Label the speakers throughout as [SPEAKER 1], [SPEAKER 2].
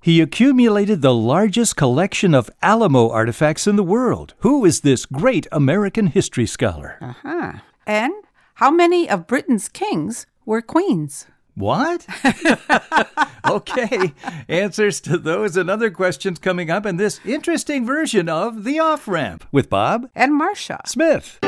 [SPEAKER 1] He accumulated the largest collection of Alamo artifacts in the world. Who is this great American history scholar?
[SPEAKER 2] Uh huh. And how many of Britain's kings were queens?
[SPEAKER 1] What? okay. Answers to those and other questions coming up in this interesting version of The Off Ramp with Bob
[SPEAKER 2] And Marcia.
[SPEAKER 1] Smith.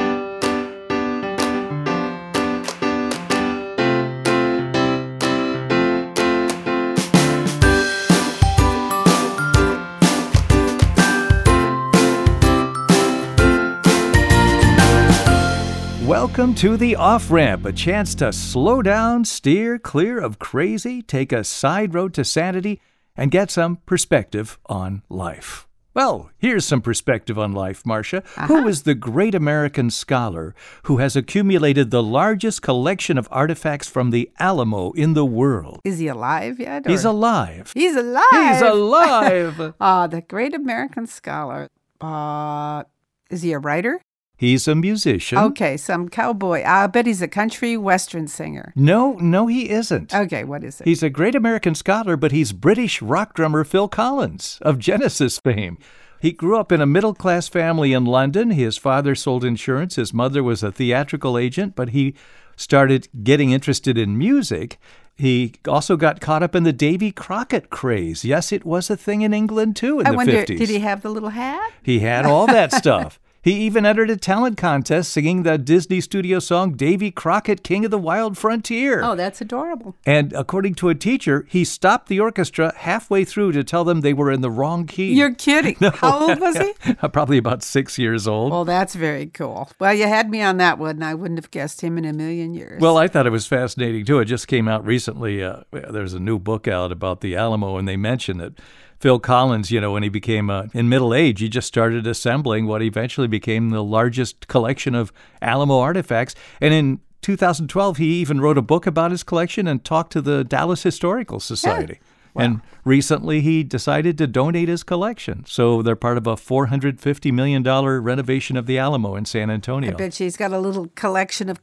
[SPEAKER 1] Welcome to the off ramp, a chance to slow down, steer clear of crazy, take a side road to sanity, and get some perspective on life. Well, here's some perspective on life, Marcia.
[SPEAKER 2] Uh-huh.
[SPEAKER 1] Who is the great American scholar who has accumulated the largest collection of artifacts from the Alamo in the world?
[SPEAKER 2] Is he alive yet?
[SPEAKER 1] He's
[SPEAKER 2] or-
[SPEAKER 1] alive.
[SPEAKER 2] He's alive.
[SPEAKER 1] He's alive.
[SPEAKER 2] Ah, the great American scholar. Uh, is he a writer?
[SPEAKER 1] He's a musician.
[SPEAKER 2] Okay, some cowboy. I bet he's a country western singer.
[SPEAKER 1] No, no, he isn't.
[SPEAKER 2] Okay, what is it?
[SPEAKER 1] He's a great American scholar, but he's British rock drummer Phil Collins of Genesis fame. He grew up in a middle class family in London. His father sold insurance, his mother was a theatrical agent, but he started getting interested in music. He also got caught up in the Davy Crockett craze. Yes, it was a thing in England too in
[SPEAKER 2] I
[SPEAKER 1] the
[SPEAKER 2] wonder,
[SPEAKER 1] 50s.
[SPEAKER 2] did he have the little hat?
[SPEAKER 1] He had all that stuff. He even entered a talent contest singing the Disney studio song Davy Crockett, King of the Wild Frontier.
[SPEAKER 2] Oh, that's adorable.
[SPEAKER 1] And according to a teacher, he stopped the orchestra halfway through to tell them they were in the wrong key.
[SPEAKER 2] You're kidding. How old was he?
[SPEAKER 1] Probably about six years old.
[SPEAKER 2] Well, that's very cool. Well, you had me on that one, and I wouldn't have guessed him in a million years.
[SPEAKER 1] Well, I thought it was fascinating too. It just came out recently. Uh, there's a new book out about the Alamo, and they mention that Phil Collins, you know, when he became uh, in middle age, he just started assembling what eventually became the largest collection of Alamo artifacts. And in 2012, he even wrote a book about his collection and talked to the Dallas Historical Society. And recently, he decided to donate his collection. So they're part of a $450 million renovation of the Alamo in San Antonio.
[SPEAKER 2] I bet she's got a little collection of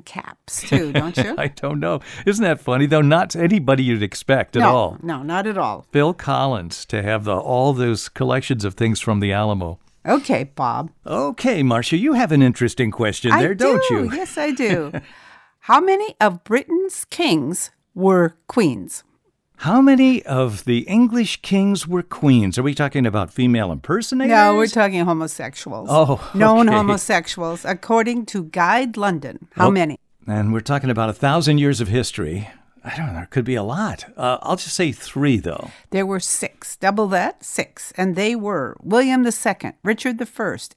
[SPEAKER 2] caps too, don't you?
[SPEAKER 1] I don't know. Isn't that funny though? Not anybody you'd expect at
[SPEAKER 2] no,
[SPEAKER 1] all.
[SPEAKER 2] no, not at all.
[SPEAKER 1] Bill Collins to have the, all those collections of things from the Alamo.
[SPEAKER 2] Okay, Bob.
[SPEAKER 1] Okay, Marcia, you have an interesting question
[SPEAKER 2] I
[SPEAKER 1] there,
[SPEAKER 2] do.
[SPEAKER 1] not you?
[SPEAKER 2] Yes, I do. How many of Britain's kings were queens?
[SPEAKER 1] How many of the English kings were queens? Are we talking about female impersonators?
[SPEAKER 2] No, we're talking homosexuals.
[SPEAKER 1] Oh,
[SPEAKER 2] known
[SPEAKER 1] okay.
[SPEAKER 2] homosexuals, according to Guide London. How
[SPEAKER 1] Oh.
[SPEAKER 2] many?
[SPEAKER 1] and we're talking about a thousand years of history. I don't know. It could be a lot. Uh, I'll just say three, though.
[SPEAKER 2] There were six. Double that, six. And they were William II, Richard I,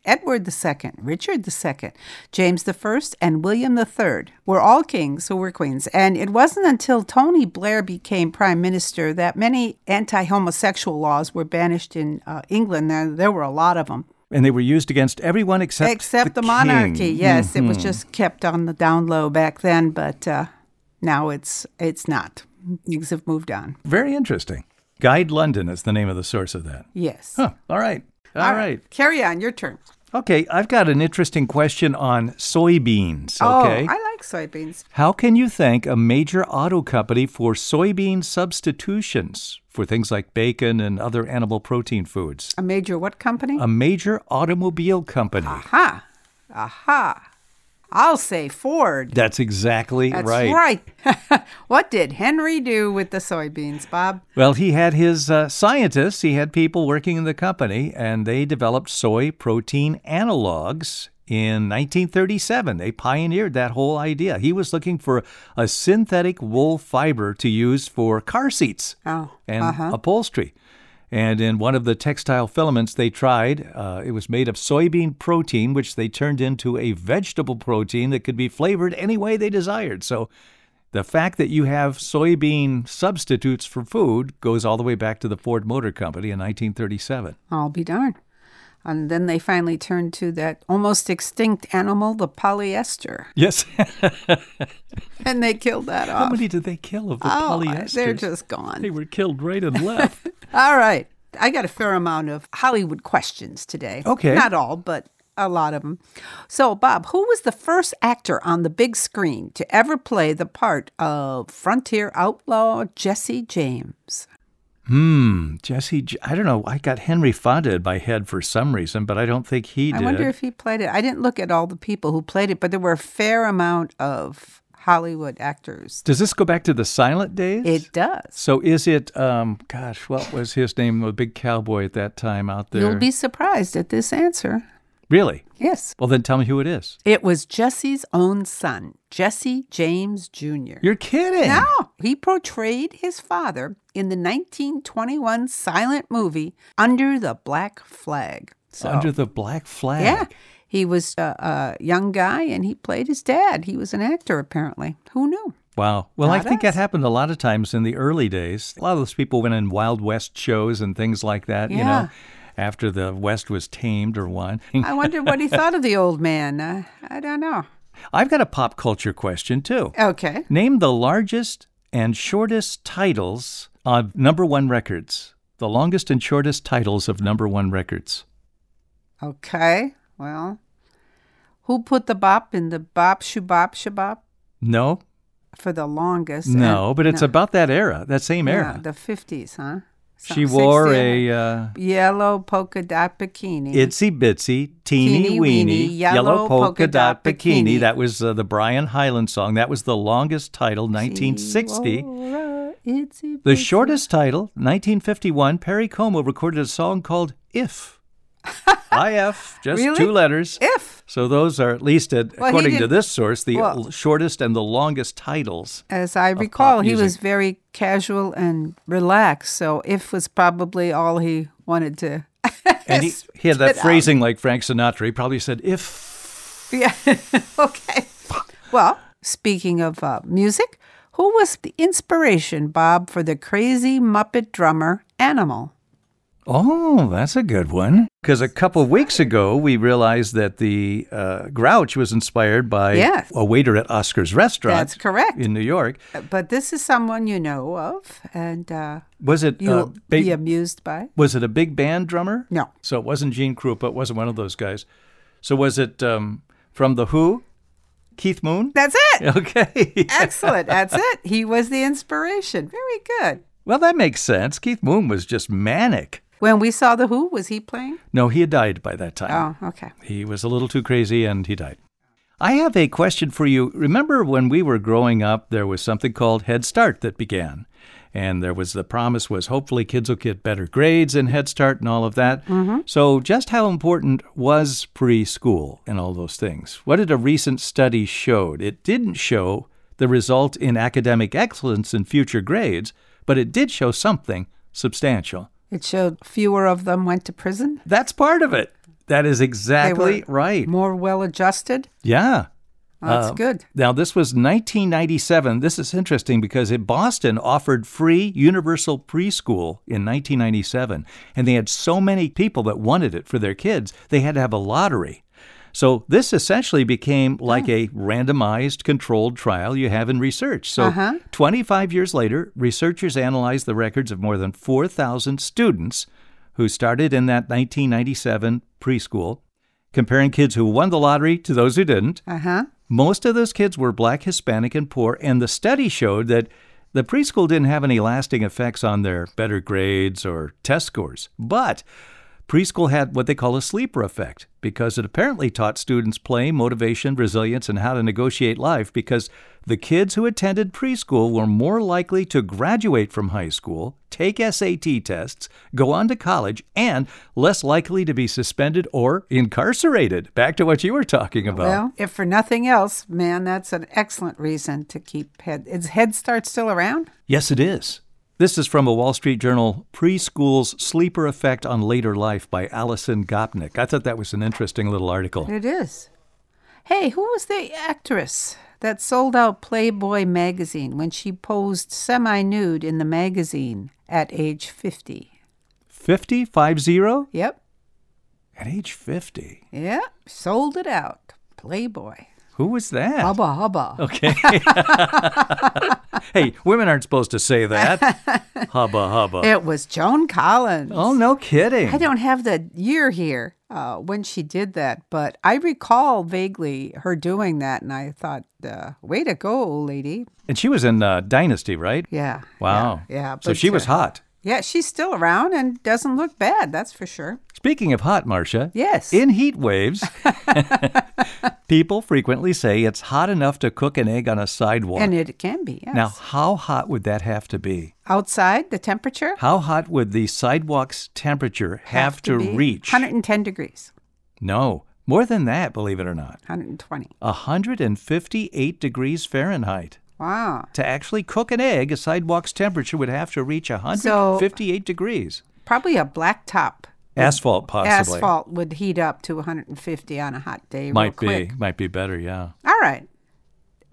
[SPEAKER 2] Edward II, Richard II, James I, and William III were all kings who were queens. And it wasn't until Tony Blair became prime minister that many anti homosexual laws were banished in uh, England. There, there were a lot of them.
[SPEAKER 1] And they were used against everyone except
[SPEAKER 2] Except the,
[SPEAKER 1] king. Mm-hmm.
[SPEAKER 2] monarchy, yes. It was just kept on the down low back then, but uh, now it's it's not. Things have moved on.
[SPEAKER 1] Very interesting. Guide London is the name of the source of that.
[SPEAKER 2] Yes.
[SPEAKER 1] Huh. All right. All right.
[SPEAKER 2] Carry on. Your turn.
[SPEAKER 1] Okay, I've got an interesting question on soybeans. Okay.
[SPEAKER 2] Oh, I like soybeans.
[SPEAKER 1] How can you thank a major auto company for soybean substitutions for things like bacon and other animal protein foods?
[SPEAKER 2] A major what company?
[SPEAKER 1] A major automobile company.
[SPEAKER 2] Ah. Aha. Aha. I'll say Ford.
[SPEAKER 1] That's exactly
[SPEAKER 2] That's
[SPEAKER 1] right.
[SPEAKER 2] what did Henry do with the soybeans, Bob?
[SPEAKER 1] Well, he had his uh, scientists, he had people working in the company, and they developed soy protein analogs in 1937. They pioneered that whole idea. He was looking for a synthetic wool fiber to use for car seats
[SPEAKER 2] Oh,
[SPEAKER 1] and upholstery. And in one of the textile filaments they tried, uh, it was made of soybean protein, which they turned into a vegetable protein that could be flavored any way they desired. So the fact that you have soybean substitutes for food goes all the way back to the Ford Motor Company in 1937.
[SPEAKER 2] I'll be darned. And then they finally turned to that almost extinct animal, the polyester,
[SPEAKER 1] Yes.
[SPEAKER 2] and they killed that
[SPEAKER 1] How
[SPEAKER 2] off.
[SPEAKER 1] many did they kill of the
[SPEAKER 2] oh,
[SPEAKER 1] polyester?
[SPEAKER 2] they're just
[SPEAKER 1] They
[SPEAKER 2] gone.
[SPEAKER 1] were killed right and left.
[SPEAKER 2] All right. I got a fair amount of Hollywood questions today.
[SPEAKER 1] Okay.
[SPEAKER 2] Not all, but a lot of them. So, Bob, who was the first actor on the big screen to ever play the part of frontier outlaw Jesse James?
[SPEAKER 1] Hmm, Jesse. J- I don't know. I got Henry Fonda in my head for some reason, but I don't think he
[SPEAKER 2] I
[SPEAKER 1] did.
[SPEAKER 2] wonder if he played it. I didn't look at all the people who played it, but there were a fair amount of Hollywood actors.
[SPEAKER 1] Does this go back to the silent days?
[SPEAKER 2] It does.
[SPEAKER 1] So is it? Um, gosh, what was his name? The big cowboy at that time out there.
[SPEAKER 2] You'll be surprised at this answer.
[SPEAKER 1] really?
[SPEAKER 2] Yes.
[SPEAKER 1] Well, then tell me who it is.
[SPEAKER 2] It was Jesse's own son, Jesse James junior
[SPEAKER 1] You're kidding.
[SPEAKER 2] No, he portrayed his father in the 1921 silent movie Under the Black Flag. So,
[SPEAKER 1] Under the black flag.
[SPEAKER 2] yeah, he was a, a young guy and he played his dad. He was an actor, apparently. Who knew?
[SPEAKER 1] Wow. Well, I
[SPEAKER 2] Not
[SPEAKER 1] think
[SPEAKER 2] us.
[SPEAKER 1] that happened a lot of times in the early days. A lot of those people went in Wild West shows and things like that, you
[SPEAKER 2] Yeah.
[SPEAKER 1] know, after the West was tamed or won.
[SPEAKER 2] I wonder what he thought of the old man. Uh, I don't know.
[SPEAKER 1] I've got a pop culture question, too.
[SPEAKER 2] Okay.
[SPEAKER 1] Name the largest and shortest titles of number one records. The longest and shortest titles of number one records.
[SPEAKER 2] Okay. Well, who put the bop in the bop shabop shabop
[SPEAKER 1] No,
[SPEAKER 2] for the longest? and-
[SPEAKER 1] no, but it's
[SPEAKER 2] No.
[SPEAKER 1] about that era, that same
[SPEAKER 2] Yeah,
[SPEAKER 1] era.
[SPEAKER 2] the 50s, huh? Some-
[SPEAKER 1] she wore
[SPEAKER 2] 60
[SPEAKER 1] a uh,
[SPEAKER 2] yellow polka dot bikini.
[SPEAKER 1] itsy bitsy, teeny, weeny,
[SPEAKER 2] Teeny weeny,
[SPEAKER 1] yellow, polka, dot bikini.
[SPEAKER 2] bikini.
[SPEAKER 1] That was uh, the Brian Hyland song. That was the longest title, 1960.
[SPEAKER 2] Itsy
[SPEAKER 1] The
[SPEAKER 2] bitsy-
[SPEAKER 1] shortest title, 1951, Perry Como recorded a song called If. IF, just
[SPEAKER 2] Really?
[SPEAKER 1] two letters.
[SPEAKER 2] If.
[SPEAKER 1] So those are at least, at,
[SPEAKER 2] Well, he
[SPEAKER 1] according to
[SPEAKER 2] didn't-
[SPEAKER 1] this source, the
[SPEAKER 2] well-
[SPEAKER 1] l- shortest and the longest titles.
[SPEAKER 2] As I
[SPEAKER 1] pop
[SPEAKER 2] recall, he was
[SPEAKER 1] music.
[SPEAKER 2] very casual and relaxed, so if was probably all he wanted to.
[SPEAKER 1] And he, he had
[SPEAKER 2] spit
[SPEAKER 1] that
[SPEAKER 2] out.
[SPEAKER 1] phrasing like Frank Sinatra. He probably said If.
[SPEAKER 2] Yeah. okay. Well, speaking of uh, music, who was the inspiration, Bob, for the crazy Muppet drummer Animal?
[SPEAKER 1] Oh, that's a good one. Because a couple of weeks ago, we realized that the uh, Grouch was inspired by
[SPEAKER 2] Yes.
[SPEAKER 1] a waiter at Oscar's Restaurant.
[SPEAKER 2] That's correct.
[SPEAKER 1] In New York.
[SPEAKER 2] But this is someone you know of, and uh,
[SPEAKER 1] Was it
[SPEAKER 2] you'll
[SPEAKER 1] uh, ba-
[SPEAKER 2] be amused by.
[SPEAKER 1] Was it a big band drummer?
[SPEAKER 2] No.
[SPEAKER 1] So it wasn't Gene Krupa. It wasn't one of those guys. So was it um, from The Who? Keith Moon?
[SPEAKER 2] That's it.
[SPEAKER 1] Okay.
[SPEAKER 2] Excellent. That's it. He was the inspiration. Very good.
[SPEAKER 1] well, that makes sense. Keith Moon was just manic.
[SPEAKER 2] When we saw the Who, was he playing?
[SPEAKER 1] No, he had died by that time.
[SPEAKER 2] Oh, okay.
[SPEAKER 1] He was a little too crazy and he died. I have a question for you. Remember when we were growing up, there was something called Head Start that began. And there was the promise was hopefully kids will get better grades in Head Start and all of that.
[SPEAKER 2] Mm-hmm.
[SPEAKER 1] So just how important was preschool and all those things? What did a recent study showed? It didn't show the result in academic excellence in future grades, but it did show something substantial.
[SPEAKER 2] It showed fewer of them went to prison.
[SPEAKER 1] That's part of it. That is
[SPEAKER 2] They were
[SPEAKER 1] exactly right.
[SPEAKER 2] More well adjusted.
[SPEAKER 1] Yeah.
[SPEAKER 2] That's
[SPEAKER 1] Uh,
[SPEAKER 2] good.
[SPEAKER 1] Now, this was 1997. This is interesting because it, Boston offered free universal preschool in 1997, and they had so many people that wanted it for their kids, they had to have a lottery. So, this essentially became
[SPEAKER 2] Oh.
[SPEAKER 1] like a randomized controlled trial you have in research. So,
[SPEAKER 2] Uh-huh.
[SPEAKER 1] 25 years later, researchers analyzed the records of more than 4,000 students who started in that 1997 preschool, comparing kids who won the lottery to those who didn't.
[SPEAKER 2] Uh huh.
[SPEAKER 1] Most of those kids were black, Hispanic, and poor, and the study showed that the preschool didn't have any lasting effects on their better grades or test scores. But preschool had what they call a sleeper effect because it apparently taught students play, motivation, resilience, and how to negotiate life because the kids who attended preschool were more likely to graduate from high school, take SAT tests, go on to college, and less likely to be suspended or incarcerated. Back to what you were talking about.
[SPEAKER 2] Well, if for nothing else, man, that's an excellent reason to keep head. Is Head Start still around?
[SPEAKER 1] Yes, it is. This is from a Wall Street Journal Preschool's Sleeper Effect on Later Life by Allison Gopnik. I thought that was an interesting little article.
[SPEAKER 2] It is. Hey, who was the actress that sold out Playboy magazine when she posed semi nude in the magazine at age 50?
[SPEAKER 1] 50? 50?
[SPEAKER 2] Yep.
[SPEAKER 1] At age 50?
[SPEAKER 2] Yep. Sold it out. Playboy.
[SPEAKER 1] Who was that?
[SPEAKER 2] Hubba hubba.
[SPEAKER 1] Okay. hey, women aren't supposed to say that. hubba hubba.
[SPEAKER 2] It was Joan Collins.
[SPEAKER 1] Oh, no kidding.
[SPEAKER 2] I don't have the year here uh, when she did that, but I recall vaguely her doing that, and I thought, uh, way to go, old lady.
[SPEAKER 1] And she was in uh, Dynasty, right?
[SPEAKER 2] Yeah.
[SPEAKER 1] Wow.
[SPEAKER 2] Yeah. yeah
[SPEAKER 1] so she
[SPEAKER 2] uh,
[SPEAKER 1] was hot.
[SPEAKER 2] Yeah, she's still around and doesn't look bad, that's for sure.
[SPEAKER 1] Speaking of hot, Marcia,
[SPEAKER 2] Yes.
[SPEAKER 1] in heat waves, people frequently say it's hot enough to cook an egg on a sidewalk.
[SPEAKER 2] and it can be, yes.
[SPEAKER 1] now, how hot would that have to be?
[SPEAKER 2] Outside, the temperature
[SPEAKER 1] How hot would the sidewalk's temperature have, to,
[SPEAKER 2] be
[SPEAKER 1] reach?
[SPEAKER 2] 110 degrees,
[SPEAKER 1] No, more than that, believe it or not.
[SPEAKER 2] 120.
[SPEAKER 1] 158 degrees Fahrenheit.
[SPEAKER 2] Wow.
[SPEAKER 1] To actually cook an egg, a sidewalk's temperature would have to reach 158 degrees.
[SPEAKER 2] Probably a black top.
[SPEAKER 1] Asphalt, possibly.
[SPEAKER 2] Asphalt would heat up to 150 on a hot day.
[SPEAKER 1] Might
[SPEAKER 2] real
[SPEAKER 1] be,
[SPEAKER 2] quick.
[SPEAKER 1] might be better, yeah.
[SPEAKER 2] All right.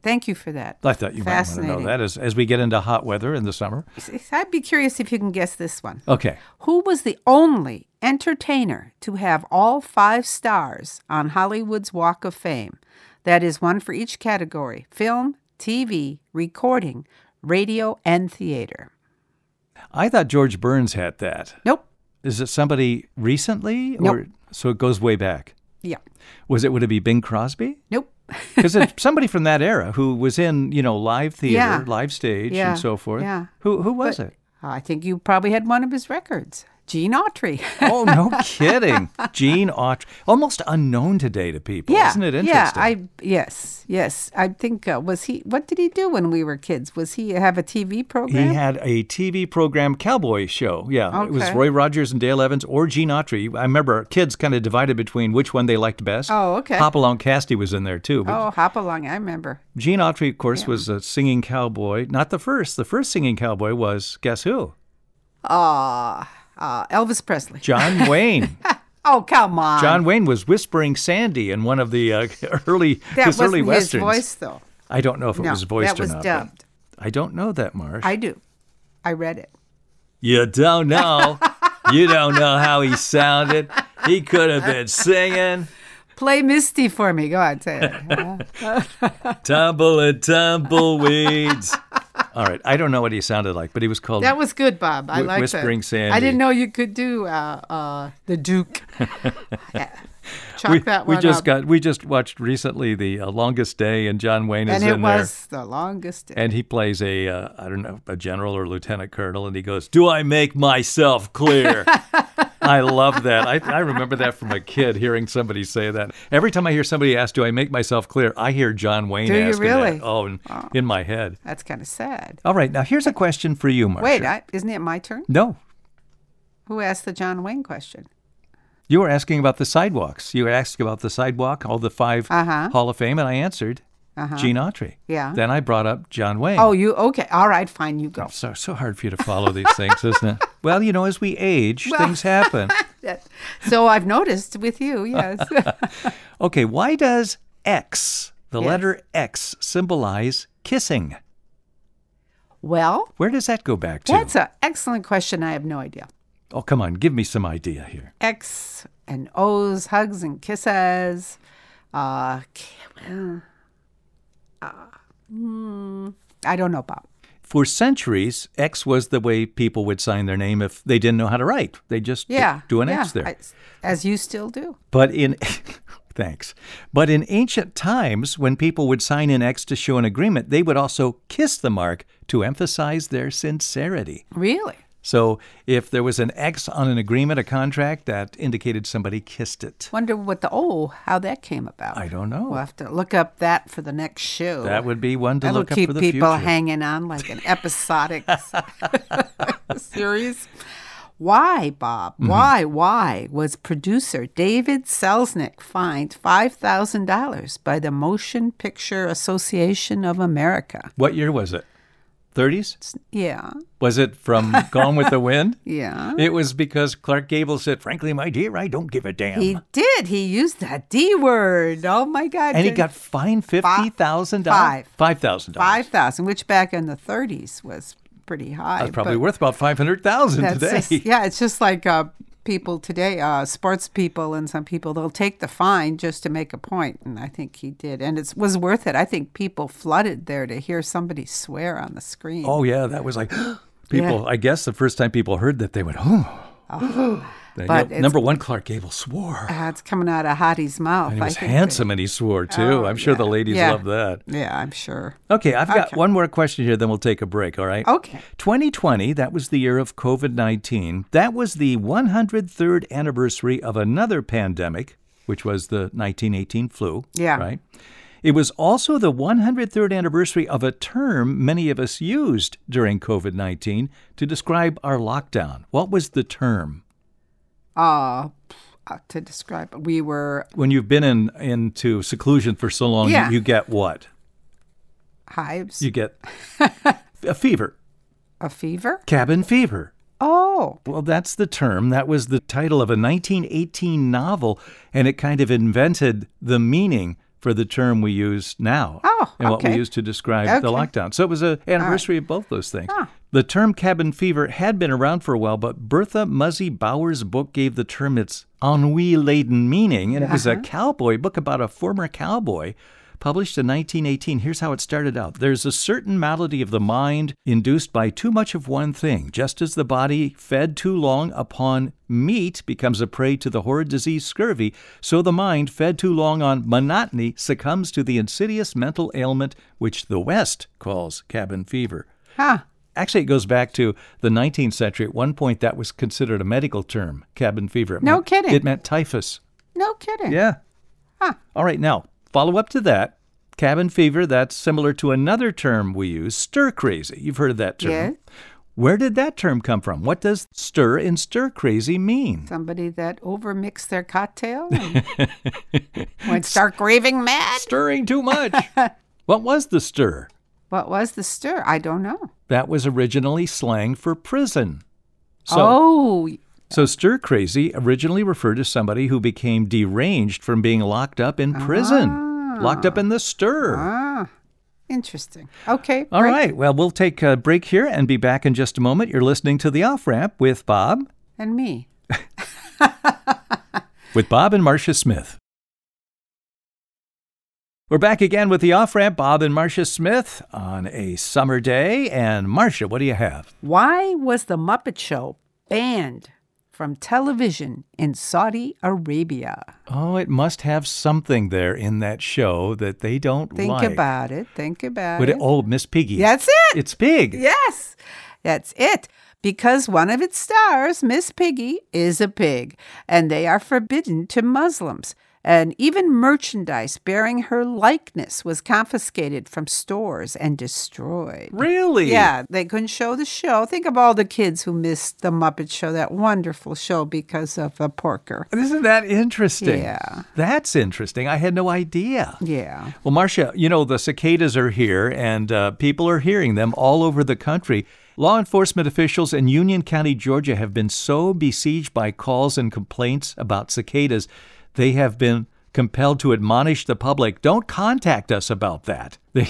[SPEAKER 2] Thank you for that.
[SPEAKER 1] I thought you might want to know
[SPEAKER 2] Fascinating.
[SPEAKER 1] that as, as we get into hot weather in the summer.
[SPEAKER 2] I'd be curious if you can guess this one.
[SPEAKER 1] Okay.
[SPEAKER 2] Who was the only entertainer to have all five stars on Hollywood's Walk of Fame? That is one for each category film, TV, recording, radio, and theater.
[SPEAKER 1] I thought George Burns had that.
[SPEAKER 2] Nope.
[SPEAKER 1] Is it somebody recently?
[SPEAKER 2] Nope.
[SPEAKER 1] Or so it goes way back.
[SPEAKER 2] Yeah.
[SPEAKER 1] Was it would it be Bing Crosby?
[SPEAKER 2] Nope.
[SPEAKER 1] Because it's somebody from that era who was in, you know, live theater,
[SPEAKER 2] Yeah.
[SPEAKER 1] live stage
[SPEAKER 2] Yeah,
[SPEAKER 1] and so forth.
[SPEAKER 2] yeah.
[SPEAKER 1] Who who was it?
[SPEAKER 2] uh, I think you probably had one of his records Gene Autry.
[SPEAKER 1] Oh, no kidding. Gene Autry. Almost unknown today to people.
[SPEAKER 2] yeah.
[SPEAKER 1] Isn't it interesting?
[SPEAKER 2] Yeah. I yes. Yes. I think uh, was he what did he do when we were kids? Was he have a TV program?
[SPEAKER 1] He had a TV program, Cowboy Show. Yeah, it was
[SPEAKER 2] Okay.
[SPEAKER 1] Roy Rogers and Dale Evans or Gene Autry. I remember kids kind of divided between which one they liked best.
[SPEAKER 2] Oh, okay.
[SPEAKER 1] Hopalong Casty was in there too. But
[SPEAKER 2] oh, hop along. I remember.
[SPEAKER 1] Gene Autry, of course, was a singing cowboy. Not the first. The first singing cowboy was guess who?
[SPEAKER 2] Ah, uh, Elvis Presley.
[SPEAKER 1] John Wayne.
[SPEAKER 2] Oh, come on.
[SPEAKER 1] John Wayne was whispering Sandy in one of the uh, early
[SPEAKER 2] That
[SPEAKER 1] his early
[SPEAKER 2] wasn't his
[SPEAKER 1] westerns.
[SPEAKER 2] voice, though.
[SPEAKER 1] I don't know if it
[SPEAKER 2] No,
[SPEAKER 1] was voiced
[SPEAKER 2] that was
[SPEAKER 1] or not. but
[SPEAKER 2] dubbed.
[SPEAKER 1] I don't know that, Marsh.
[SPEAKER 2] I do. I read it.
[SPEAKER 1] You don't know. you don't know how he sounded. He could have been singing.
[SPEAKER 2] Play Misty for me. Go on, say it.
[SPEAKER 1] Tumble and tumbleweeds. All right. I don't know what he sounded like, but he was called.
[SPEAKER 2] That was good, Bob. I
[SPEAKER 1] Whi-
[SPEAKER 2] like
[SPEAKER 1] Whispering
[SPEAKER 2] that.
[SPEAKER 1] Sandy.
[SPEAKER 2] I didn't know you could do uh, uh, the Duke. Yeah. Chalk
[SPEAKER 1] we,
[SPEAKER 2] that
[SPEAKER 1] we
[SPEAKER 2] one
[SPEAKER 1] just
[SPEAKER 2] up.
[SPEAKER 1] got. We just watched recently the uh, longest day, and John Wayne is
[SPEAKER 2] and
[SPEAKER 1] in
[SPEAKER 2] it was the longest.
[SPEAKER 1] there, and he plays a uh, I don't know a general or lieutenant colonel, and he goes, "Do I make myself clear?" I love that. I, I remember that from a kid hearing somebody say that. Every time I hear somebody ask, "Do I make myself clear?" I hear John Wayne
[SPEAKER 2] Do you
[SPEAKER 1] asking
[SPEAKER 2] really?
[SPEAKER 1] that. Oh, in, in my head.
[SPEAKER 2] That's kind of sad.
[SPEAKER 1] All right, now here's a question for you, Marcia.
[SPEAKER 2] Wait, I, isn't it my turn?
[SPEAKER 1] no,
[SPEAKER 2] Who asked the John Wayne question?
[SPEAKER 1] You were asking about the sidewalks. You were asking about the sidewalk, all the 5
[SPEAKER 2] Uh-huh.
[SPEAKER 1] Hall of Fame, and I answered Gene Autry.
[SPEAKER 2] Yeah.
[SPEAKER 1] Then I brought up John Wayne.
[SPEAKER 2] Oh, you okay? All right, fine. You go.
[SPEAKER 1] so so hard for you to follow these things, isn't it? Well, you know, as we age, things happen.
[SPEAKER 2] That- So I've noticed with you, yes.
[SPEAKER 1] Okay, why does X, the
[SPEAKER 2] Yes.
[SPEAKER 1] letter X, symbolize kissing?
[SPEAKER 2] well,
[SPEAKER 1] Where does that go back to?
[SPEAKER 2] That's an excellent question. I have no idea.
[SPEAKER 1] oh, come on, give me some idea here.
[SPEAKER 2] X and O's, hugs and kisses. Uh, k- well, uh, hmm, I don't know, Bob.
[SPEAKER 1] For centuries, X was the way people would sign their name if they didn't know how to write. They just d-
[SPEAKER 2] Yeah.
[SPEAKER 1] do an
[SPEAKER 2] yeah,
[SPEAKER 1] X there.
[SPEAKER 2] I- as you still do.
[SPEAKER 1] But in thanks. But in ancient times, when people would sign an X to show an agreement, they would also kiss the mark to emphasize their sincerity.
[SPEAKER 2] Really?
[SPEAKER 1] So if there was an X on an agreement, a contract, that indicated somebody kissed it.
[SPEAKER 2] Wonder what the O, how that came about.
[SPEAKER 1] I don't know.
[SPEAKER 2] We'll have to look up that for the next show.
[SPEAKER 1] that would be one to
[SPEAKER 2] That'll
[SPEAKER 1] look up
[SPEAKER 2] keep
[SPEAKER 1] for the
[SPEAKER 2] people
[SPEAKER 1] future.
[SPEAKER 2] hanging on like an episodic series. Why, Bob?
[SPEAKER 1] Mm-hmm.
[SPEAKER 2] Why, why was producer David Selznick fined $5,000 by the Motion Picture Association of America?
[SPEAKER 1] what year was it? 30s?
[SPEAKER 2] Yeah,
[SPEAKER 1] Was it from Gone with the Wind?
[SPEAKER 2] yeah.
[SPEAKER 1] It was because Clark Gable said, "Frankly, my dear, I don't give a damn."
[SPEAKER 2] He did. He used that D word. Oh, my God.
[SPEAKER 1] and he
[SPEAKER 2] Did-
[SPEAKER 1] got fined fifty thousand dollars.
[SPEAKER 2] Five.
[SPEAKER 1] Five thousand dollars.
[SPEAKER 2] 5000 which back in the 30s was pretty high.
[SPEAKER 1] That's probably
[SPEAKER 2] but-
[SPEAKER 1] worth about five hundred thousand
[SPEAKER 2] That's
[SPEAKER 1] today.
[SPEAKER 2] just- yeah, it's just like uh, people today, uh, sports people and some people, they'll take the fine just to make a point, and I think he did, and it was worth it. I think people flooded there to hear somebody swear on the screen.
[SPEAKER 1] Oh yeah, that was like people. I guess the first time people heard that, they went, "Oh, That-
[SPEAKER 2] But
[SPEAKER 1] yeah,
[SPEAKER 2] it's-
[SPEAKER 1] number one, Clark Gable swore.
[SPEAKER 2] Uh, it's coming out of Hottie's mouth.
[SPEAKER 1] and he
[SPEAKER 2] I
[SPEAKER 1] was
[SPEAKER 2] think they-
[SPEAKER 1] handsome and he swore too.
[SPEAKER 2] Oh,
[SPEAKER 1] I'm sure the
[SPEAKER 2] yeah.
[SPEAKER 1] ladies
[SPEAKER 2] Yeah.
[SPEAKER 1] love that.
[SPEAKER 2] Yeah, I'm sure.
[SPEAKER 1] Okay, I've got
[SPEAKER 2] Okay. Oh.
[SPEAKER 1] one more question here, then we'll take a break, all right?
[SPEAKER 2] Okay.
[SPEAKER 1] 2020, that was the year of COVID 19. That was the 103rd anniversary of another pandemic, which was the 1918 flu.
[SPEAKER 2] Yeah.
[SPEAKER 1] Right? It was also the 103rd anniversary of a term many of us used during COVID 19 to describe our lockdown. What was the term?
[SPEAKER 2] Uh, uh, to describe, we were
[SPEAKER 1] When you've been in into seclusion for so long, you-
[SPEAKER 2] Yeah.
[SPEAKER 1] you get what?
[SPEAKER 2] hives,
[SPEAKER 1] You get a fever,
[SPEAKER 2] a fever.
[SPEAKER 1] cabin fever.
[SPEAKER 2] Oh,
[SPEAKER 1] Well, that's the term. That was the title of a 1918 novel, and it kind of invented the meaning for the term we use now
[SPEAKER 2] Oh,
[SPEAKER 1] and what we
[SPEAKER 2] okay.
[SPEAKER 1] use to describe the
[SPEAKER 2] Okay.
[SPEAKER 1] lockdown. So it was an anniversary of both those things.
[SPEAKER 2] Ah.
[SPEAKER 1] The term cabin fever had been around for a while, but Bertha Muzzy Bauer's book gave the term its ennui laden meaning, and it
[SPEAKER 2] Uh-huh.
[SPEAKER 1] was a cowboy book about a former cowboy. Published in 1918, here's how it started out. There's a certain malady of the mind induced by too much of one thing, just as the body fed too long upon meat becomes a prey to the horrid disease scurvy, so the mind fed too long on monotony succumbs to the insidious mental ailment which the West calls cabin fever.
[SPEAKER 2] huh.
[SPEAKER 1] Actually, it goes back to the 19th century. At one point, that was considered a medical term, cabin fever. It
[SPEAKER 2] No
[SPEAKER 1] meant-
[SPEAKER 2] kidding.
[SPEAKER 1] It meant typhus.
[SPEAKER 2] No kidding.
[SPEAKER 1] Yeah.
[SPEAKER 2] Huh.
[SPEAKER 1] All right, now, follow up to that. Cabin fever, that's similar to another term we use, stir crazy. You've heard of that term.
[SPEAKER 2] Yeah.
[SPEAKER 1] Where did that term come from? What does stir and stir crazy mean?
[SPEAKER 2] Somebody that overmixed their cocktail and went stark raving mad.
[SPEAKER 1] Stirring too much. what was the stir?
[SPEAKER 2] What was the stir? I don't know.
[SPEAKER 1] That was originally slang for prison. So
[SPEAKER 2] oh,
[SPEAKER 1] So, stir crazy originally referred to somebody who became deranged from being locked up in prison, locked up in the stir.
[SPEAKER 2] ah, interesting. Okay.
[SPEAKER 1] All right.
[SPEAKER 2] great.
[SPEAKER 1] Well, we'll take a break here and be back in just a moment. You're listening to The Off Ramp with Bob,
[SPEAKER 2] And me.
[SPEAKER 1] with Bob and Marcia Smith. We're back again with The Off Ramp, Bob and Marcia Smith on a summer day. And, Marcia, what do you have?
[SPEAKER 2] Why was The Muppet Show banned from television in Saudi Arabia?
[SPEAKER 1] Oh, it must have something there in that show that they don't
[SPEAKER 2] Think
[SPEAKER 1] like.
[SPEAKER 2] about it. Think about
[SPEAKER 1] Would
[SPEAKER 2] it.
[SPEAKER 1] it- oh, Miss Piggy.
[SPEAKER 2] That's it.
[SPEAKER 1] It's pig.
[SPEAKER 2] Yes, that's it. Because one of its stars, Miss Piggy, is a pig, and they are forbidden to Muslims. And even merchandise bearing her likeness was confiscated from stores and destroyed.
[SPEAKER 1] Really?
[SPEAKER 2] Yeah, they couldn't show the show. Think of all the kids who missed the Muppet Show, that wonderful show, because of a porker.
[SPEAKER 1] Isn't that interesting?
[SPEAKER 2] Yeah.
[SPEAKER 1] That's interesting. I had no idea.
[SPEAKER 2] Yeah.
[SPEAKER 1] Well, Marcia, you know, the cicadas are here and uh, people are hearing them all over the country. Law enforcement officials in Union County, Georgia have been so besieged by calls and complaints about cicadas, they have been compelled to admonish the public don't contact us about that. They,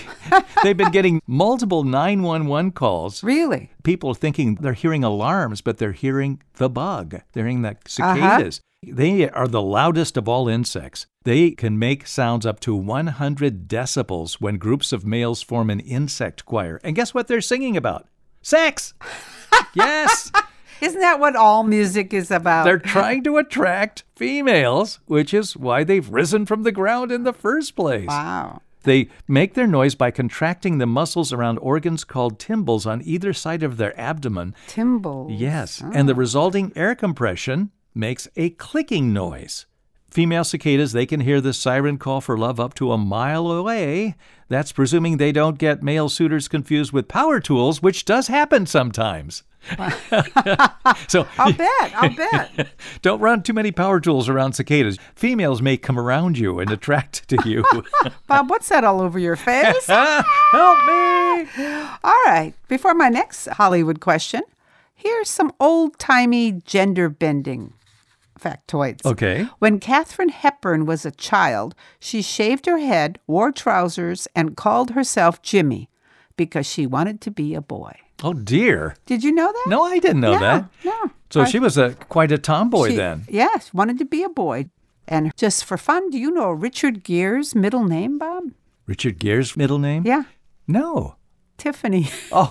[SPEAKER 1] they've been getting multiple 911 calls.
[SPEAKER 2] Really?
[SPEAKER 1] people are thinking they're hearing alarms, but they're hearing the bug. They're hearing the cicadas. They are the loudest of all insects. They can make sounds up to 100 decibels when groups of males form an insect choir. And guess what they're singing about? Sex! yes!
[SPEAKER 2] Isn't that what all music is about?
[SPEAKER 1] They're trying to attract females, which is why they've risen from the ground in the first place.
[SPEAKER 2] wow.
[SPEAKER 1] They make their noise by contracting the muscles around organs called timbals on either side of their abdomen
[SPEAKER 2] Timble.
[SPEAKER 1] Yes,
[SPEAKER 2] Ah.
[SPEAKER 1] and the resulting air compression makes a clicking noise. Female cicadas, they can hear the siren call for love up to a mile away. That's presuming they don't get male suitors confused with power tools, which does happen sometimes. so
[SPEAKER 2] I'll bet. I'll bet.
[SPEAKER 1] don't run too many power tools around cicadas. Females may come around you and attract to you.
[SPEAKER 2] Bob, what's that all over your face?
[SPEAKER 1] Ah, help me!
[SPEAKER 2] All right. Before my next Hollywood question, here's some old timey gender bending factoids.
[SPEAKER 1] Okay.
[SPEAKER 2] When Katharine Hepburn was a child, she shaved her head, wore trousers, and called herself Jimmy because she wanted to be a boy.
[SPEAKER 1] Oh dear.
[SPEAKER 2] Did you know that?
[SPEAKER 1] No, I didn't know
[SPEAKER 2] Yeah,
[SPEAKER 1] that.
[SPEAKER 2] No.
[SPEAKER 1] So she was a quite a tomboy
[SPEAKER 2] She-
[SPEAKER 1] then.
[SPEAKER 2] Yes, wanted to be a boy. And just for fun, do you know Richard Gere's middle name, Bob?
[SPEAKER 1] Richard Gere's middle name?
[SPEAKER 2] Yeah.
[SPEAKER 1] No.
[SPEAKER 2] Tiffany.
[SPEAKER 1] Tiffany.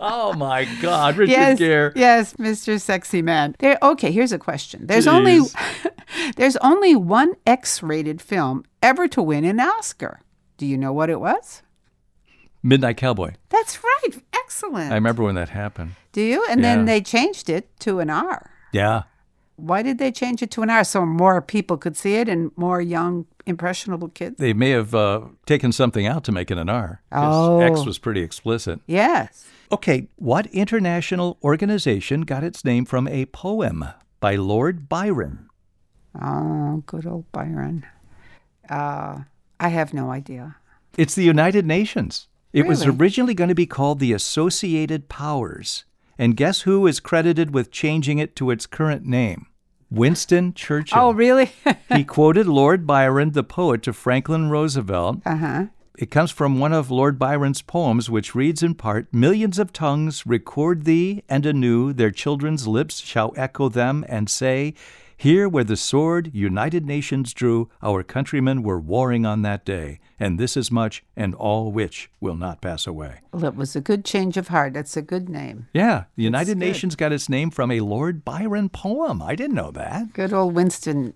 [SPEAKER 1] Oh my God, Richard
[SPEAKER 2] yes,
[SPEAKER 1] Gere.
[SPEAKER 2] yes, Mr. Sexy Man. There. Okay, here's a question. There's only there's only one X-rated film ever to win an Oscar. Do you know what it was?
[SPEAKER 1] Midnight Cowboy.
[SPEAKER 2] That's right. Excellent.
[SPEAKER 1] I remember when that happened.
[SPEAKER 2] Do you? And
[SPEAKER 1] Yeah.
[SPEAKER 2] then they changed it to an R.
[SPEAKER 1] Yeah.
[SPEAKER 2] Why did they change it to an R? So more people could see it and more young, impressionable kids.
[SPEAKER 1] They may have uh, taken something out to make it an R. 'cause
[SPEAKER 2] Oh.
[SPEAKER 1] X was pretty explicit.
[SPEAKER 2] Yes.
[SPEAKER 1] Okay, what international organization got its name from a poem by Lord Byron?
[SPEAKER 2] Oh, good old Byron. Uh, I have no idea.
[SPEAKER 1] It's the United Nations. It was
[SPEAKER 2] Really?
[SPEAKER 1] originally going to be called the Associated Powers. And guess who is credited with changing it to its current name? Winston Churchill.
[SPEAKER 2] Oh, really?
[SPEAKER 1] he quoted Lord Byron, the poet, to Franklin Roosevelt.
[SPEAKER 2] uh huh.
[SPEAKER 1] It comes from one of Lord Byron's poems, which reads in part Millions of tongues record thee, and anew their children's lips shall echo them and say, Here where the sword United Nations drew, our countrymen were warring on that day, and this is much, and all which will not pass away.
[SPEAKER 2] Well, it was a good change of heart. That's a good name.
[SPEAKER 1] Yeah, the United
[SPEAKER 2] good.
[SPEAKER 1] Nations got its name from a Lord Byron poem. I didn't know that.
[SPEAKER 2] Good old Winston.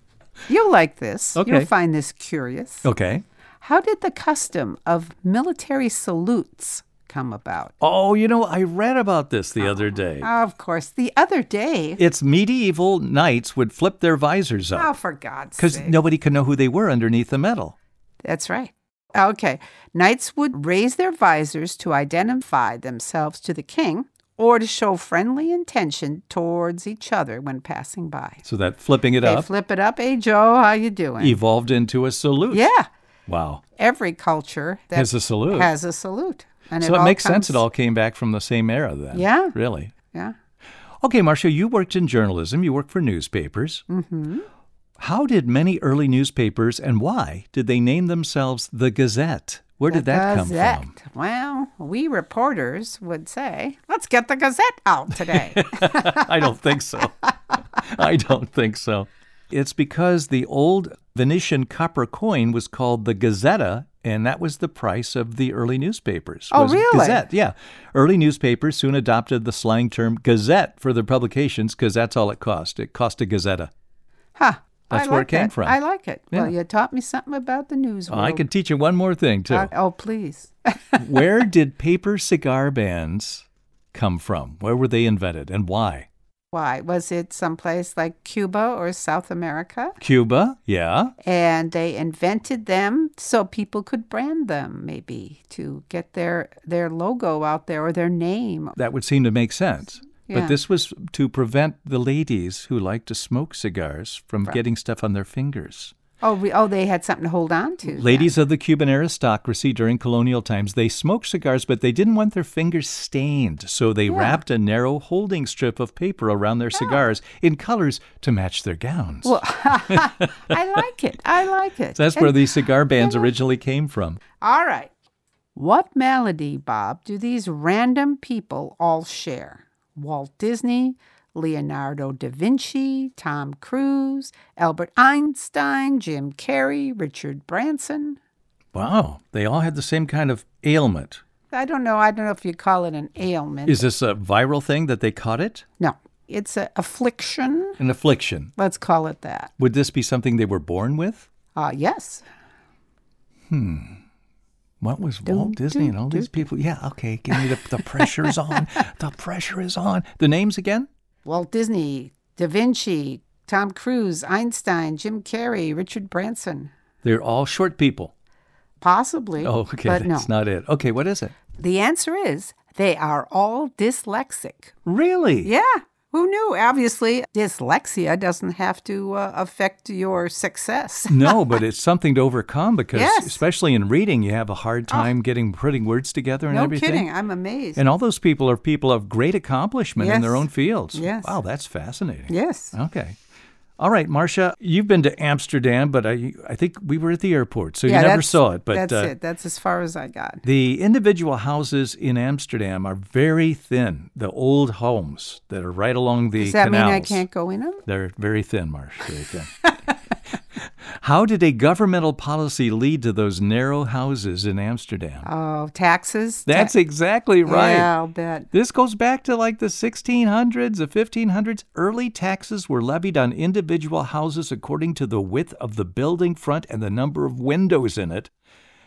[SPEAKER 2] You'll like this.
[SPEAKER 1] Okay.
[SPEAKER 2] You'll find this curious.
[SPEAKER 1] Okay.
[SPEAKER 2] How did the custom of military salutes come about?
[SPEAKER 1] Oh, you know, I read about this the other day.
[SPEAKER 2] Of course, the other day.
[SPEAKER 1] It's medieval knights would flip their visors up.
[SPEAKER 2] Oh, for God's
[SPEAKER 1] because
[SPEAKER 2] sake.
[SPEAKER 1] nobody could know who they were underneath the medal.
[SPEAKER 2] That's right. Okay. Knights would raise their visors to identify themselves to the king or to show friendly intention towards each other when passing by.
[SPEAKER 1] So that flipping it
[SPEAKER 2] they
[SPEAKER 1] up
[SPEAKER 2] flip it up. Hey, Joe, how you doing?
[SPEAKER 1] evolved into a salute.
[SPEAKER 2] Yeah.
[SPEAKER 1] Wow.
[SPEAKER 2] Every culture that
[SPEAKER 1] Has a salute.
[SPEAKER 2] Has a salute. And
[SPEAKER 1] so it,
[SPEAKER 2] all
[SPEAKER 1] makes sense
[SPEAKER 2] comes-
[SPEAKER 1] it all came back from the same era then.
[SPEAKER 2] Yeah.
[SPEAKER 1] Really.
[SPEAKER 2] Yeah.
[SPEAKER 1] Okay, Marcia, you worked in journalism, you worked for newspapers. Mm-hmm. How did many early newspapers and why did they name themselves the Gazette? Where did that come from?
[SPEAKER 2] Gazette. Well, we reporters would say, let's get the Gazette out today.
[SPEAKER 1] I don't think so. I don't think so. It's because the old Venetian copper coin was called the gazzetta, and that was the price of the early newspapers.
[SPEAKER 2] Oh,
[SPEAKER 1] was
[SPEAKER 2] really?
[SPEAKER 1] Gazette, yeah. Early newspapers soon adopted the slang term gazette for their publications because that's all it cost. It cost a gazzetta.
[SPEAKER 2] huh.
[SPEAKER 1] That's
[SPEAKER 2] I
[SPEAKER 1] where it
[SPEAKER 2] like
[SPEAKER 1] came
[SPEAKER 2] that.
[SPEAKER 1] from.
[SPEAKER 2] I like it. Well,
[SPEAKER 1] Yeah. Oh,
[SPEAKER 2] you taught me something about the news world.
[SPEAKER 1] I can teach you one more thing, too.
[SPEAKER 2] Uh, oh, please.
[SPEAKER 1] Where did paper cigar bands come from? Where were they invented and why?
[SPEAKER 2] Why? Was it someplace like Cuba or South America?
[SPEAKER 1] Cuba, yeah.
[SPEAKER 2] And they invented them so people could brand them, maybe to get their their logo out there or their name.
[SPEAKER 1] that would seem to make sense. But
[SPEAKER 2] Yeah.
[SPEAKER 1] this was to prevent the ladies who like to smoke cigars from
[SPEAKER 2] Right.
[SPEAKER 1] getting stuff on their fingers.
[SPEAKER 2] Oh, we, oh, they had something to hold on to. then.
[SPEAKER 1] Ladies of the Cuban aristocracy during colonial times, they smoked cigars, but they didn't want their fingers stained, so they
[SPEAKER 2] Yeah.
[SPEAKER 1] wrapped a narrow holding strip of paper around their cigars in colors to match their gowns.
[SPEAKER 2] Well, I like it. I like it.
[SPEAKER 1] so that's
[SPEAKER 2] And-
[SPEAKER 1] where these cigar bands originally came from.
[SPEAKER 2] All right. What malady, Bob, do these random people all share? Walt Disney, Leonardo da Vinci, Tom Cruise, Albert Einstein, Jim Carrey, Richard Branson.
[SPEAKER 1] Wow, they all had the same kind of ailment.
[SPEAKER 2] I don't know. I don't know if you call it an ailment.
[SPEAKER 1] Is this a viral thing that they caught it?
[SPEAKER 2] no, it's an affliction.
[SPEAKER 1] An affliction.
[SPEAKER 2] Let's call it that.
[SPEAKER 1] Would this be something they were born with?
[SPEAKER 2] Uh, yes.
[SPEAKER 1] What was Walt
[SPEAKER 2] Dun,
[SPEAKER 1] Disney
[SPEAKER 2] dun,
[SPEAKER 1] and all these people? Yeah, okay, give me the, the pressure's on. The pressure is on. The names again?
[SPEAKER 2] Walt Disney, Da Vinci, Tom Cruise, Einstein, Jim Carrey, Richard Branson.
[SPEAKER 1] They're all short people.
[SPEAKER 2] Possibly.
[SPEAKER 1] Oh, okay,
[SPEAKER 2] but no.
[SPEAKER 1] that's not it. Okay, what is it?
[SPEAKER 2] The answer is they are all dyslexic.
[SPEAKER 1] Really?
[SPEAKER 2] Yeah. Who knew? Obviously, dyslexia doesn't have to uh, affect your success.
[SPEAKER 1] No, but it's something to overcome because,
[SPEAKER 2] Yes. Oh.
[SPEAKER 1] especially in reading, you have a hard time getting putting words together and
[SPEAKER 2] no
[SPEAKER 1] everything.
[SPEAKER 2] kidding. I'm amazed.
[SPEAKER 1] And all those people are people of great accomplishment in their
[SPEAKER 2] Yes.
[SPEAKER 1] own fields.
[SPEAKER 2] Yes.
[SPEAKER 1] Wow, that's fascinating.
[SPEAKER 2] yes.
[SPEAKER 1] Okay. All right, Marcia, you've been to Amsterdam, but I, I think we were at the airport, so you never
[SPEAKER 2] that's-
[SPEAKER 1] saw it. But
[SPEAKER 2] that's
[SPEAKER 1] uh,
[SPEAKER 2] it. That's as far as I got.
[SPEAKER 1] The individual houses in Amsterdam are very thin. The old homes that are right along the
[SPEAKER 2] Does that
[SPEAKER 1] canals.
[SPEAKER 2] mean I can't go in them?
[SPEAKER 1] They're very thin, Marsh. Very thin. How did a governmental policy lead to those narrow houses in Amsterdam?
[SPEAKER 2] Oh, taxes. Ta-
[SPEAKER 1] That's exactly right.
[SPEAKER 2] Yeah, I'll bet.
[SPEAKER 1] This goes back to like the 1600s, the 1500s. Early taxes were levied on individual houses according to the width of the building front and the number of windows in it.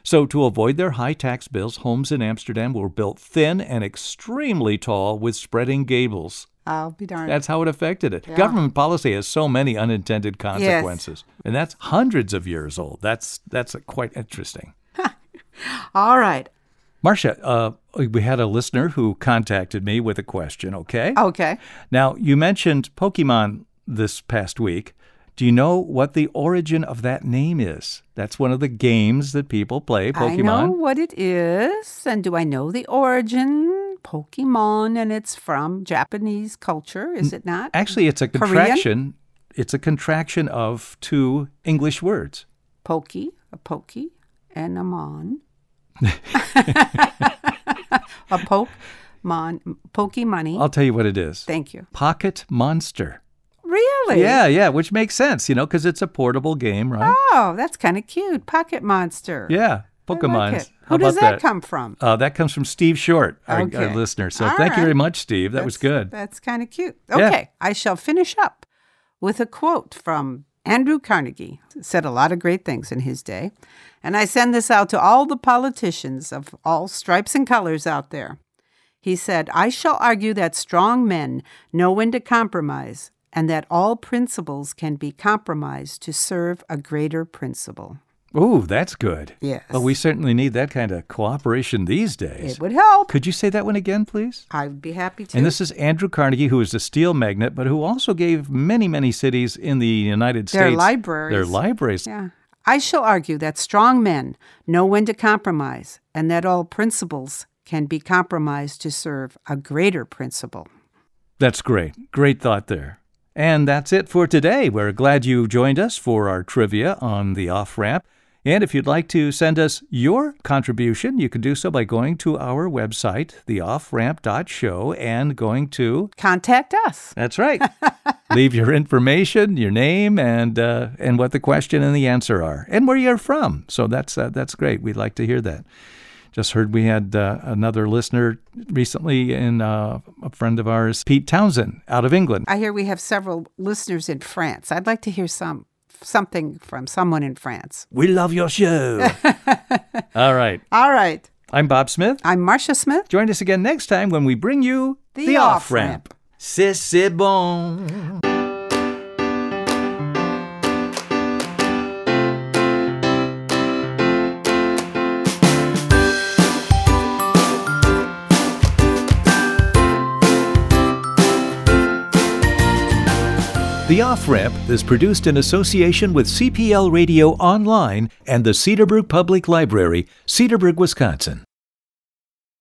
[SPEAKER 1] So, to avoid their high tax bills, homes in Amsterdam were built thin and extremely tall with spreading gables.
[SPEAKER 2] I'll be darned.
[SPEAKER 1] That's how it affected it. Government policy has so many unintended consequences, and that's hundreds of years old. That's that's quite interesting.
[SPEAKER 2] All right.
[SPEAKER 1] Marcia, uh, we had a listener who contacted me with a question. Okay.
[SPEAKER 2] Okay.
[SPEAKER 1] Now you mentioned Pokemon this past week. Do you know what the origin of that name is? That's one of the games that people play.
[SPEAKER 2] I know
[SPEAKER 1] Pokemon.
[SPEAKER 2] what it is, and do I know the origin? Pokemon, and it's from Japanese culture, is it not?
[SPEAKER 1] Actually, it's a
[SPEAKER 2] Korean?
[SPEAKER 1] contraction. It's a contraction of two English words.
[SPEAKER 2] Pokey, a pokey, and a mon. a poke, mon, pokey money.
[SPEAKER 1] I'll tell you what it is.
[SPEAKER 2] Thank you.
[SPEAKER 1] Pocket Monster.
[SPEAKER 2] Really?
[SPEAKER 1] Yeah, yeah, which makes sense, you know, because it's a portable game, right?
[SPEAKER 2] Oh, that's kind of cute. Pocket monster.
[SPEAKER 1] Yeah,
[SPEAKER 2] I like
[SPEAKER 1] Pokemon.
[SPEAKER 2] it. Who does that, come from?
[SPEAKER 1] Uh, that comes from Steve Short, our, our
[SPEAKER 2] Okay.
[SPEAKER 1] listener. So
[SPEAKER 2] All
[SPEAKER 1] thank you
[SPEAKER 2] right.
[SPEAKER 1] very much, Steve. That was
[SPEAKER 2] That's-
[SPEAKER 1] good.
[SPEAKER 2] That's kind of cute.
[SPEAKER 1] Yeah.
[SPEAKER 2] Okay, I shall finish up with a quote from Andrew Carnegie. Said a lot of great things in his day. And I send this out to all the politicians of all stripes and colors out there. He said, I shall argue that strong men know when to compromise and that all principles can be compromised to serve a greater principle.
[SPEAKER 1] Ooh, that's good.
[SPEAKER 2] Yes.
[SPEAKER 1] Well, we certainly need that kind of cooperation these days.
[SPEAKER 2] It would help.
[SPEAKER 1] Could you say that one again, please?
[SPEAKER 2] I would be happy to.
[SPEAKER 1] And this is Andrew Carnegie, who is a steel magnate, but who also gave many, many cities in the United States
[SPEAKER 2] Their
[SPEAKER 1] Their
[SPEAKER 2] libraries.
[SPEAKER 1] libraries.
[SPEAKER 2] Yeah. I shall argue that strong men know when to compromise and that all principles can be compromised to serve a greater principle.
[SPEAKER 1] That's great. Great thought there. And that's it for today. We're glad you joined us for our trivia on the off ramp. And if you'd like to send us your contribution, you can do so by going to our website, theofframp.show, and going to.
[SPEAKER 2] Contact us.
[SPEAKER 1] That's right. Leave your information, your name, and uh, and what the question and the answer are, and where you're from. So that's uh, that's great. We'd like to hear that. Just heard we had uh, another listener recently, and uh, a friend of ours, Pete Townsend, out of England.
[SPEAKER 2] I hear we have several listeners in France. I'd like to hear some something from someone in France.
[SPEAKER 1] We love your show. All right.
[SPEAKER 2] All right.
[SPEAKER 1] I'm Bob Smith.
[SPEAKER 2] I'm Marcia Smith.
[SPEAKER 1] Join us again next time when we bring you
[SPEAKER 2] The Off Ramp.
[SPEAKER 1] C'est c'est bon. The Off Ramp is produced in association with CPL Radio Online and the Cedarbrook Public Library, Cedarbrook, Wisconsin.